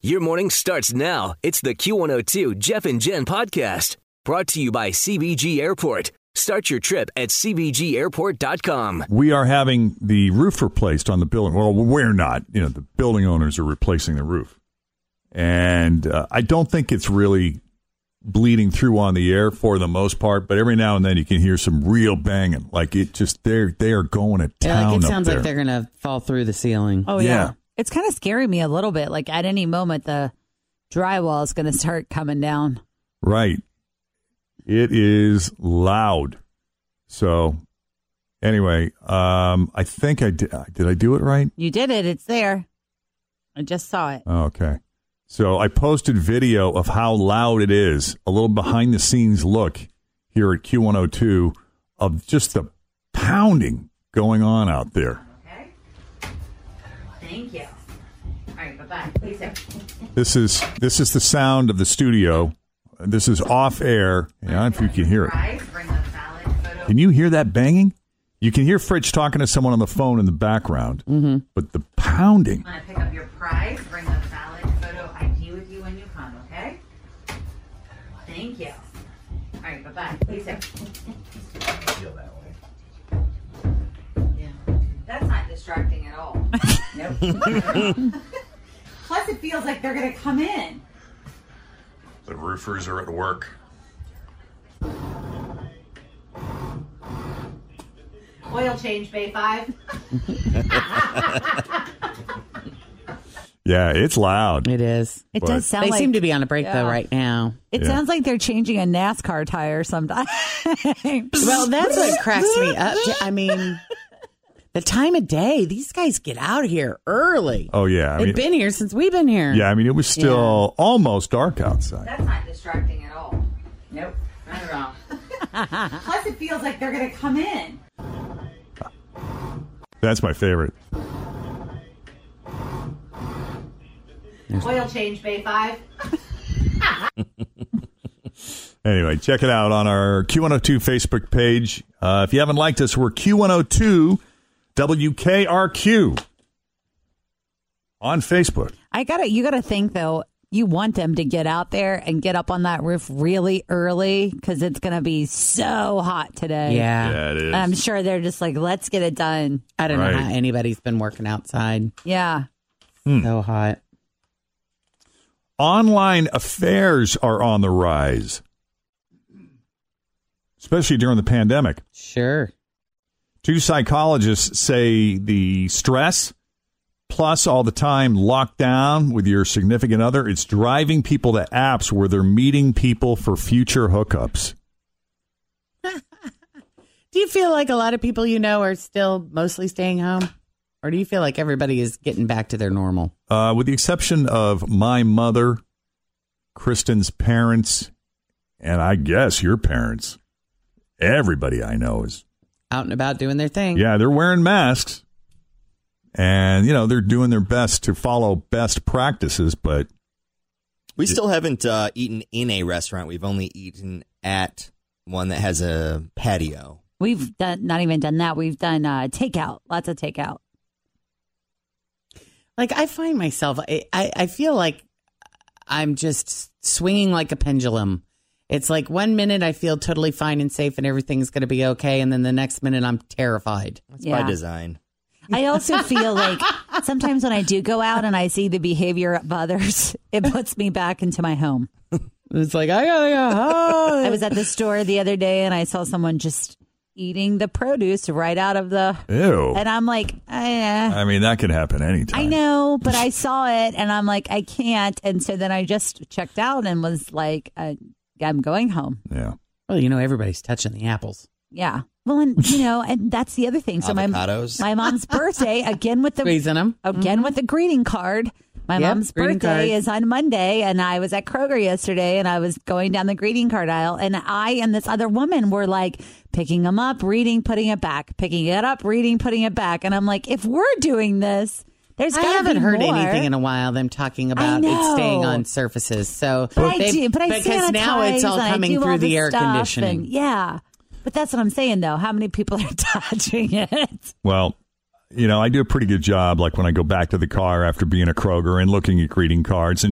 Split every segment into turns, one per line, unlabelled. Your morning starts now. It's the Q102 Jeff and Jen podcast brought to you by CBG Airport. Start your trip at CBGAirport.com.
We are having the roof replaced on the building. Well, we're not. You know, the building owners are replacing the roof. And uh, I don't think it's really bleeding through on the air for the most part, but every now and then you can hear some real banging. Like it just they're they are going to town.
Yeah, like it
up
sounds
there.
like they're gonna fall through the ceiling.
Oh
Yeah.
yeah. It's kind of scaring me a little bit. Like at any moment the drywall is going to start coming down.
Right. It is loud. So anyway, um I think I did did I do it right?
You did it. It's there. I just saw it.
Oh, Okay. So I posted video of how loud it is, a little behind the scenes look here at Q102 of just the pounding going on out there.
Thank you. All right, bye bye. Please, sir.
This is this is the sound of the studio. This is off air. Yeah, I don't know if you can hear it.
Fries, bring the salad, photo.
Can you hear that banging? You can hear Fritch talking to someone on the phone in the background, mm-hmm. but the pounding.
Want to pick up your prize? Bring the salad, photo, ID with you when you come, okay? Thank you. All right, bye bye. Please, sir. Yeah. That's not distracting at all. nope. Plus, it feels like they're going to come in.
The roofers are at work.
Oil change, Bay 5.
Yeah, it's loud.
It is.
It
But-
does sound
They
like
seem to be on a break though
Yeah.
right now.
It
Yeah.
sounds like they're changing a NASCAR tire sometime.
Well, that's what cracks me up. J- I mean, the time of day these guys get out here early.
Oh yeah, I
They've
mean,
been here since we've been here.
yeah, I mean it was still almost dark outside.
That's not distracting at all. Nope. Not at all. Plus, it feels like they're going to come in.
That's my favorite.
Oil change, Bay 5.
Anyway, check it out on our Q102 Facebook page. Uh, if you haven't liked us, we're Q102 WKRQ on Facebook.
I gotta you gotta think though, you want them to get out there and get up on that roof really early because it's gonna be so hot today.
Yeah.
it is.
I'm sure they're just like, let's get it done.
I don't
Right.
know how anybody's been working outside.
Yeah.
Hmm.
So hot.
Online affairs are on the rise, especially during the pandemic.
Sure.
Two psychologists say the stress plus all the time locked down with your significant other, it's driving people to apps where they're meeting people for future hookups.
Do you feel like a lot of people you know are still mostly staying home? Or do you feel like everybody is getting back to their normal?
Uh, with the exception of my mother, Kristen's parents, and I guess your parents, everybody I know is
Out and about doing their thing.
yeah, they're wearing masks, and you know they're doing their best to follow best practices, but
We still haven't uh, eaten in a restaurant. We've only eaten at one that has a patio.
We've done not even done that. We've done uh takeout, lots of takeout.
Like I find myself, I, I, I feel like I'm just swinging like a pendulum. It's like one minute I feel totally fine and safe and everything's going to be okay, and then the next minute I'm terrified.
That's
Yeah.
by design.
I also feel like sometimes when I do go out and I see the behavior of others, it puts me back into my home.
It's like I gotta go home.
I was at the store the other day and I saw someone just eating the produce right out of the.
Ew.
And I'm like, eh,
I mean, that could happen anytime.
I know, but I saw it and I'm like, I can't. And so then I just checked out and was like, I, I'm going home.
Yeah.
well, you know everybody's touching the apples.
Yeah. Well, and you know, and that's the other thing. So
Avocados.
my my mom's birthday again with the
Squeezing 'em.
again with the greeting card. My
Mm-hmm. Yep,
mom's
greeting
birthday
card.
is on Monday, and I was at Kroger yesterday, and I was going down the greeting card aisle, and I and this other woman were like picking them up, reading, putting it back, picking it up, reading, putting it back, and I'm like, if we're doing this, there's
I
gotta
haven't
be
heard
more.
anything in a while. Them talking about it
know.
staying on surfaces. So,
But I
they-
do, but I
because now it's
sanitize
all
and I do
coming through
all
the
this
air
stuff,
conditioning.
and- yeah, but that's what I'm saying though. How many people are touching it?
Well, you know, I do a pretty good job, like when I go back to the car after being a Kroger and looking at greeting cards. And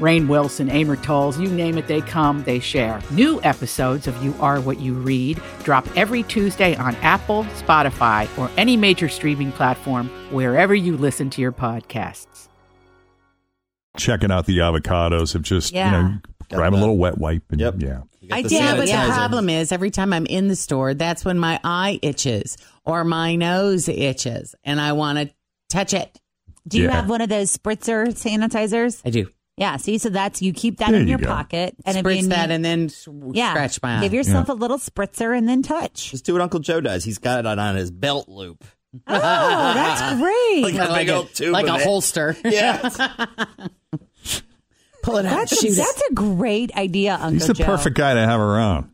Rain Wilson, Amor Tolls, you name it, they come, they share. New episodes of You Are What You Read drop every Tuesday on Apple, Spotify, or any major streaming platform wherever you listen to your podcasts.
checking out the avocados have just,
Yeah.
you know, grab a
that.
little wet wipe. And,
Yep.
Yeah.
You got
I
the
do, but the
sanitizer.
problem is every time I'm in the store, that's when my eye itches or my nose itches, and I want to touch it.
Do you
Yeah.
have one of those spritzer sanitizers?
I do.
Yeah. See, so that's you keep that
There
in
you
your
go.
pocket
And
if you
Spritz that
need-
and then s- scratch my eye.
Give yourself a little spritzer and then touch.
Just do what Uncle Joe does. He's got it on, on his belt loop.
Oh, that's great.
Like a big old
a,
tube
like
of
a
it.
holster.
Yeah.
Pull it out.
That's,
shoot it.
that's a great idea, Uncle
He's the
Joe.
perfect guy to have around.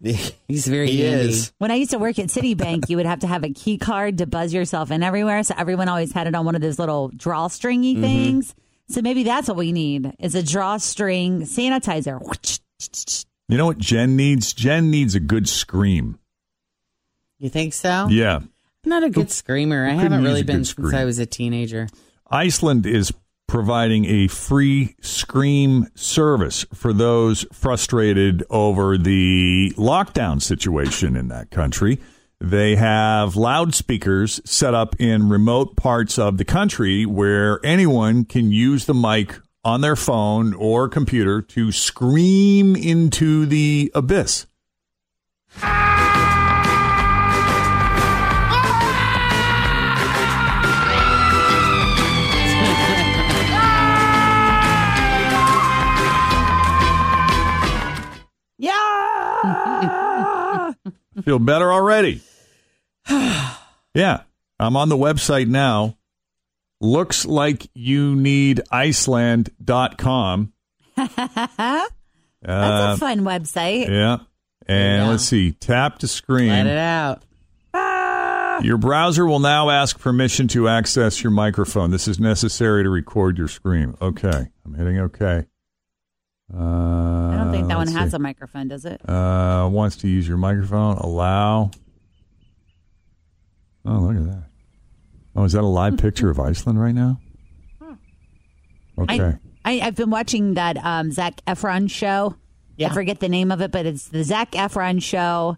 He's very
He
handy.
is.
When I used to work at Citibank, you would have to have a key card to buzz yourself in everywhere. So everyone always had it on one of those little drawstringy
Mm-hmm.
things. So maybe that's what we need is a drawstring sanitizer.
You know what Jen needs? Jen needs a good scream.
You think so?
Yeah.
I'm not a good screamer. I
couldn't
haven't
use
really
a
been
good
since I
scream.
was a teenager.
Iceland is providing a free scream service for those frustrated over the lockdown situation in that country. They have loudspeakers set up in remote parts of the country where anyone can use the mic on their phone or computer to scream into the abyss.
Oh
Feel better already. yeah. I'm on the website now. Looks like you need Iceland.com.
That's a fun website.
Uh, Yeah. And let's see. Tap to
Let
Mm.
it
screen.
out.
Your browser will now ask permission to access your microphone. This is necessary to record your scream. Okay. I'm hitting okay. Uh,
I don't think that one
let's
has
see.
a microphone, does it?
Uh, wants to use your microphone. Allow. Oh, look at that. Oh, is that a live picture of Iceland right now? Okay.
I, I, I've been watching that um, Zach Efron show. I
Yeah.
forget the name of it, but it's the Zach Efron show.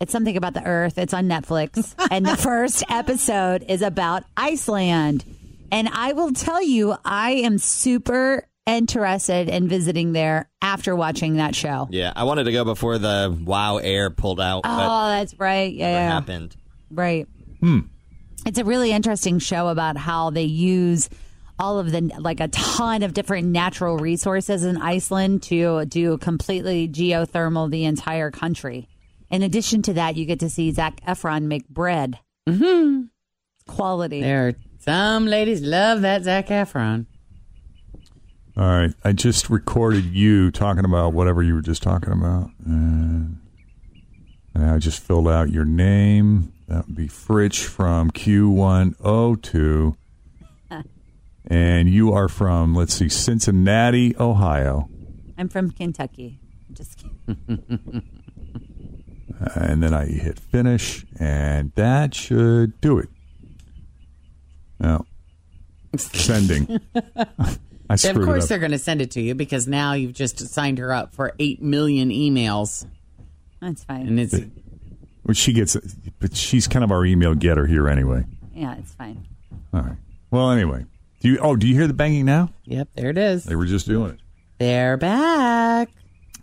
It's something about the Earth. It's on Netflix, and the first episode is about Iceland. And I will tell you, I am super interested in visiting there after watching that show.
Yeah, I wanted to go before the Wow Air pulled out, but
Oh, that's right. Yeah,
it
yeah.
happened.
Right. It's a really interesting show about how they use all of the like a ton of different natural resources in Iceland to do completely geothermal the entire country. In addition to that, you get to see Zach Efron make bread. Mm-hmm. Quality.
There, are- some ladies love that Zach Efron.
All right. I just recorded you talking about whatever you were just talking about. And And I just filled out your name. That would be Fritch from Q102. And you are from, let's see, Cincinnati, Ohio.
I'm from Kentucky. Just kidding.
and then I hit finish, and that should do it. Now, sending. I
Then,
screwed
of
it
course
up.
they're going to send it to you because now you've just signed her up for 8 million emails.
That's fine.
And it's
Well, she gets, but she's kind of our email getter here anyway.
Yeah, it's fine.
All right. Well, anyway, do you? Oh, do you hear the banging now?
Yep, there it is.
They were just doing it.
They're back.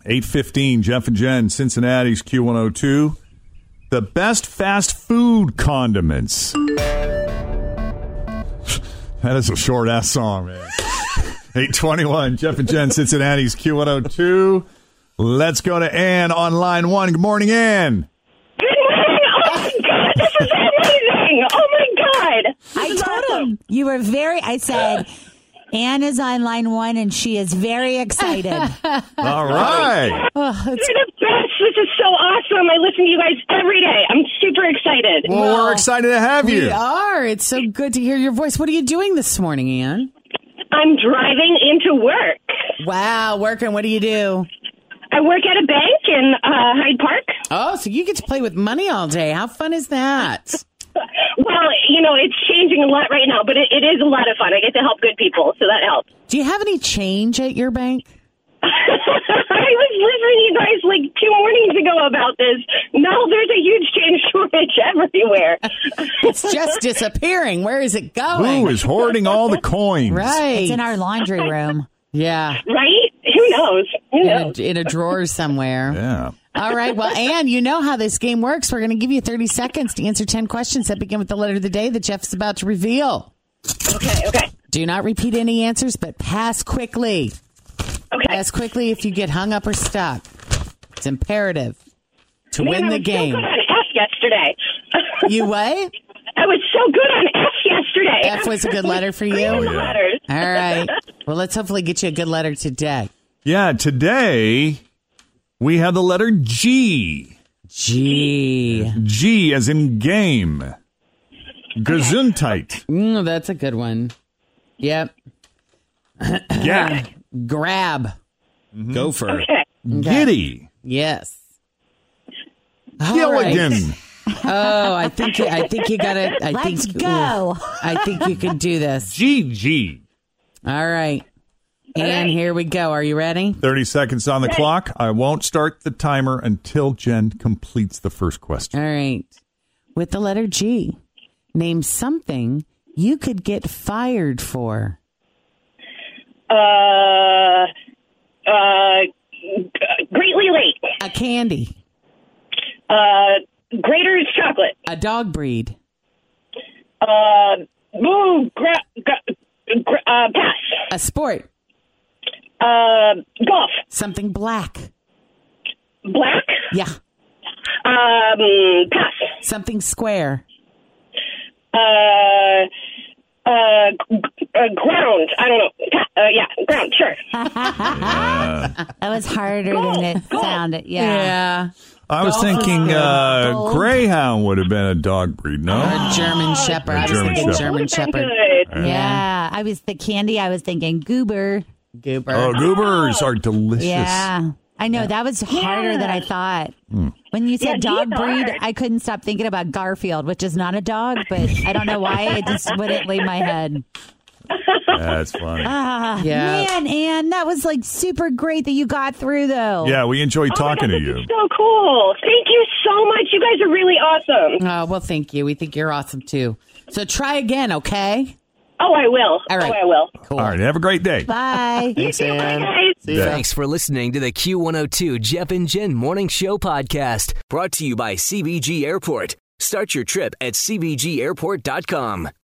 Eight fifteen. Jeff and Jen, Cincinnati's Q one hundred two. The best fast food condiments. That is a short ass song, man. Eight twenty one. Jeff and Jen, Cincinnati's Q one hundred two. Let's go to Ann on line one. Good morning, Ann.
God, this is amazing! Oh my God!
I told him you were very. I said, Anne is on line one, and she is very excited.
All right.
You're the best. This is so awesome. I listen to you guys every day. I'm super excited.
Well, we're excited to have
We
you.
are. It's so good to hear your voice. What are you doing this morning, Ann?
I'm driving into work.
Wow, working. What do you do?
I work at a bank in uh, Hyde Park.
Oh, so you get to play with money all day. How fun is that?
Well, you know, it's changing a lot right now, but it, it is a lot of fun. I get to help good people, so that helps.
Do you have any change at your bank?
I was listening to you guys like two mornings ago about this. Now there's a huge change shortage everywhere.
It's just disappearing. Where is it going?
Who is hoarding all the coins?
Right.
It's in our laundry room.
yeah.
right? Who knows? Who
In
knows?
a, in a drawer somewhere.
Yeah.
All right. Well, Anne, you know how this game works. We're going to give you 30 seconds to answer 10 questions that begin with the letter of the day that Jeff's about to reveal.
Okay, okay,
Do not repeat any answers, but pass quickly.
okay.
Pass quickly if you get hung up or stuck. It's imperative to
Man,
win
I
the
was
game.
So good on F yesterday.
you what?
I was so good on F yesterday.
F was a good letter for you?
Great
Oh,
yeah.
letters.
All right. Well, let's hopefully get you a good letter today.
Yeah. Today we have the letter G.
Gee.
G as in game. Gesundheit.
Mm, that's a good one. Yep.
Yeah.
Grab.
Go for it.
Okay.
Giddy.
Yes. All right.
Gilligan.
Oh, I think you, I think you got it. I
Let's
think,
go.
ooh, I think you can do this.
GG.
All right. And here we go. Are you ready?
30 seconds on the clock. I won't start the timer until Jen completes the first question.
All right. With the letter G, name something you could get fired for.
Uh, uh, g- greatly late.
A candy,
Uh, Grater's chocolate.
a dog breed,
Uh, boo, gra- gra- gra- uh, pass.
a sport,
Uh, golf.
something black.
Black.
Yeah.
Um, pass.
Something square.
Uh, uh, g- uh, ground. I don't know. Pa- uh, yeah, ground. Sure.
That was harder than it sounded. Yeah.
I was thinking uh, Greyhound would have been a dog breed, no?
A German
Oh,
shepherd.
A
I was
German
thinking
shepherd.
German
Would've been
shepherd.
good.
yeah, I was the candy. I was thinking goober.
Goober.
Oh, goobers are delicious.
Yeah. I know that was harder than I thought. When you said
Yeah,
dog
these
breed,
are.
I couldn't stop thinking about Garfield, which is not a dog, but I don't know why it just wouldn't leave my head.
That's funny.
Ah,
Yeah.
man, Anne, that was like super great that you got through though.
Yeah, we enjoy
Oh my
talking
God,
to
this
you.
is So cool. Thank you so much. You guys are really awesome.
Oh, well, thank you. We think you're awesome too. So try again, okay?
Oh, I will.
All right.
Oh, I will.
Cool.
All right, have a great day.
Bye.
Thanks, Ann.
Guys.
See ya.
Thanks for listening to the Q102 Jeff and Jen Morning Show podcast, brought to you by CBG Airport. Start your trip at CBGAirport.com.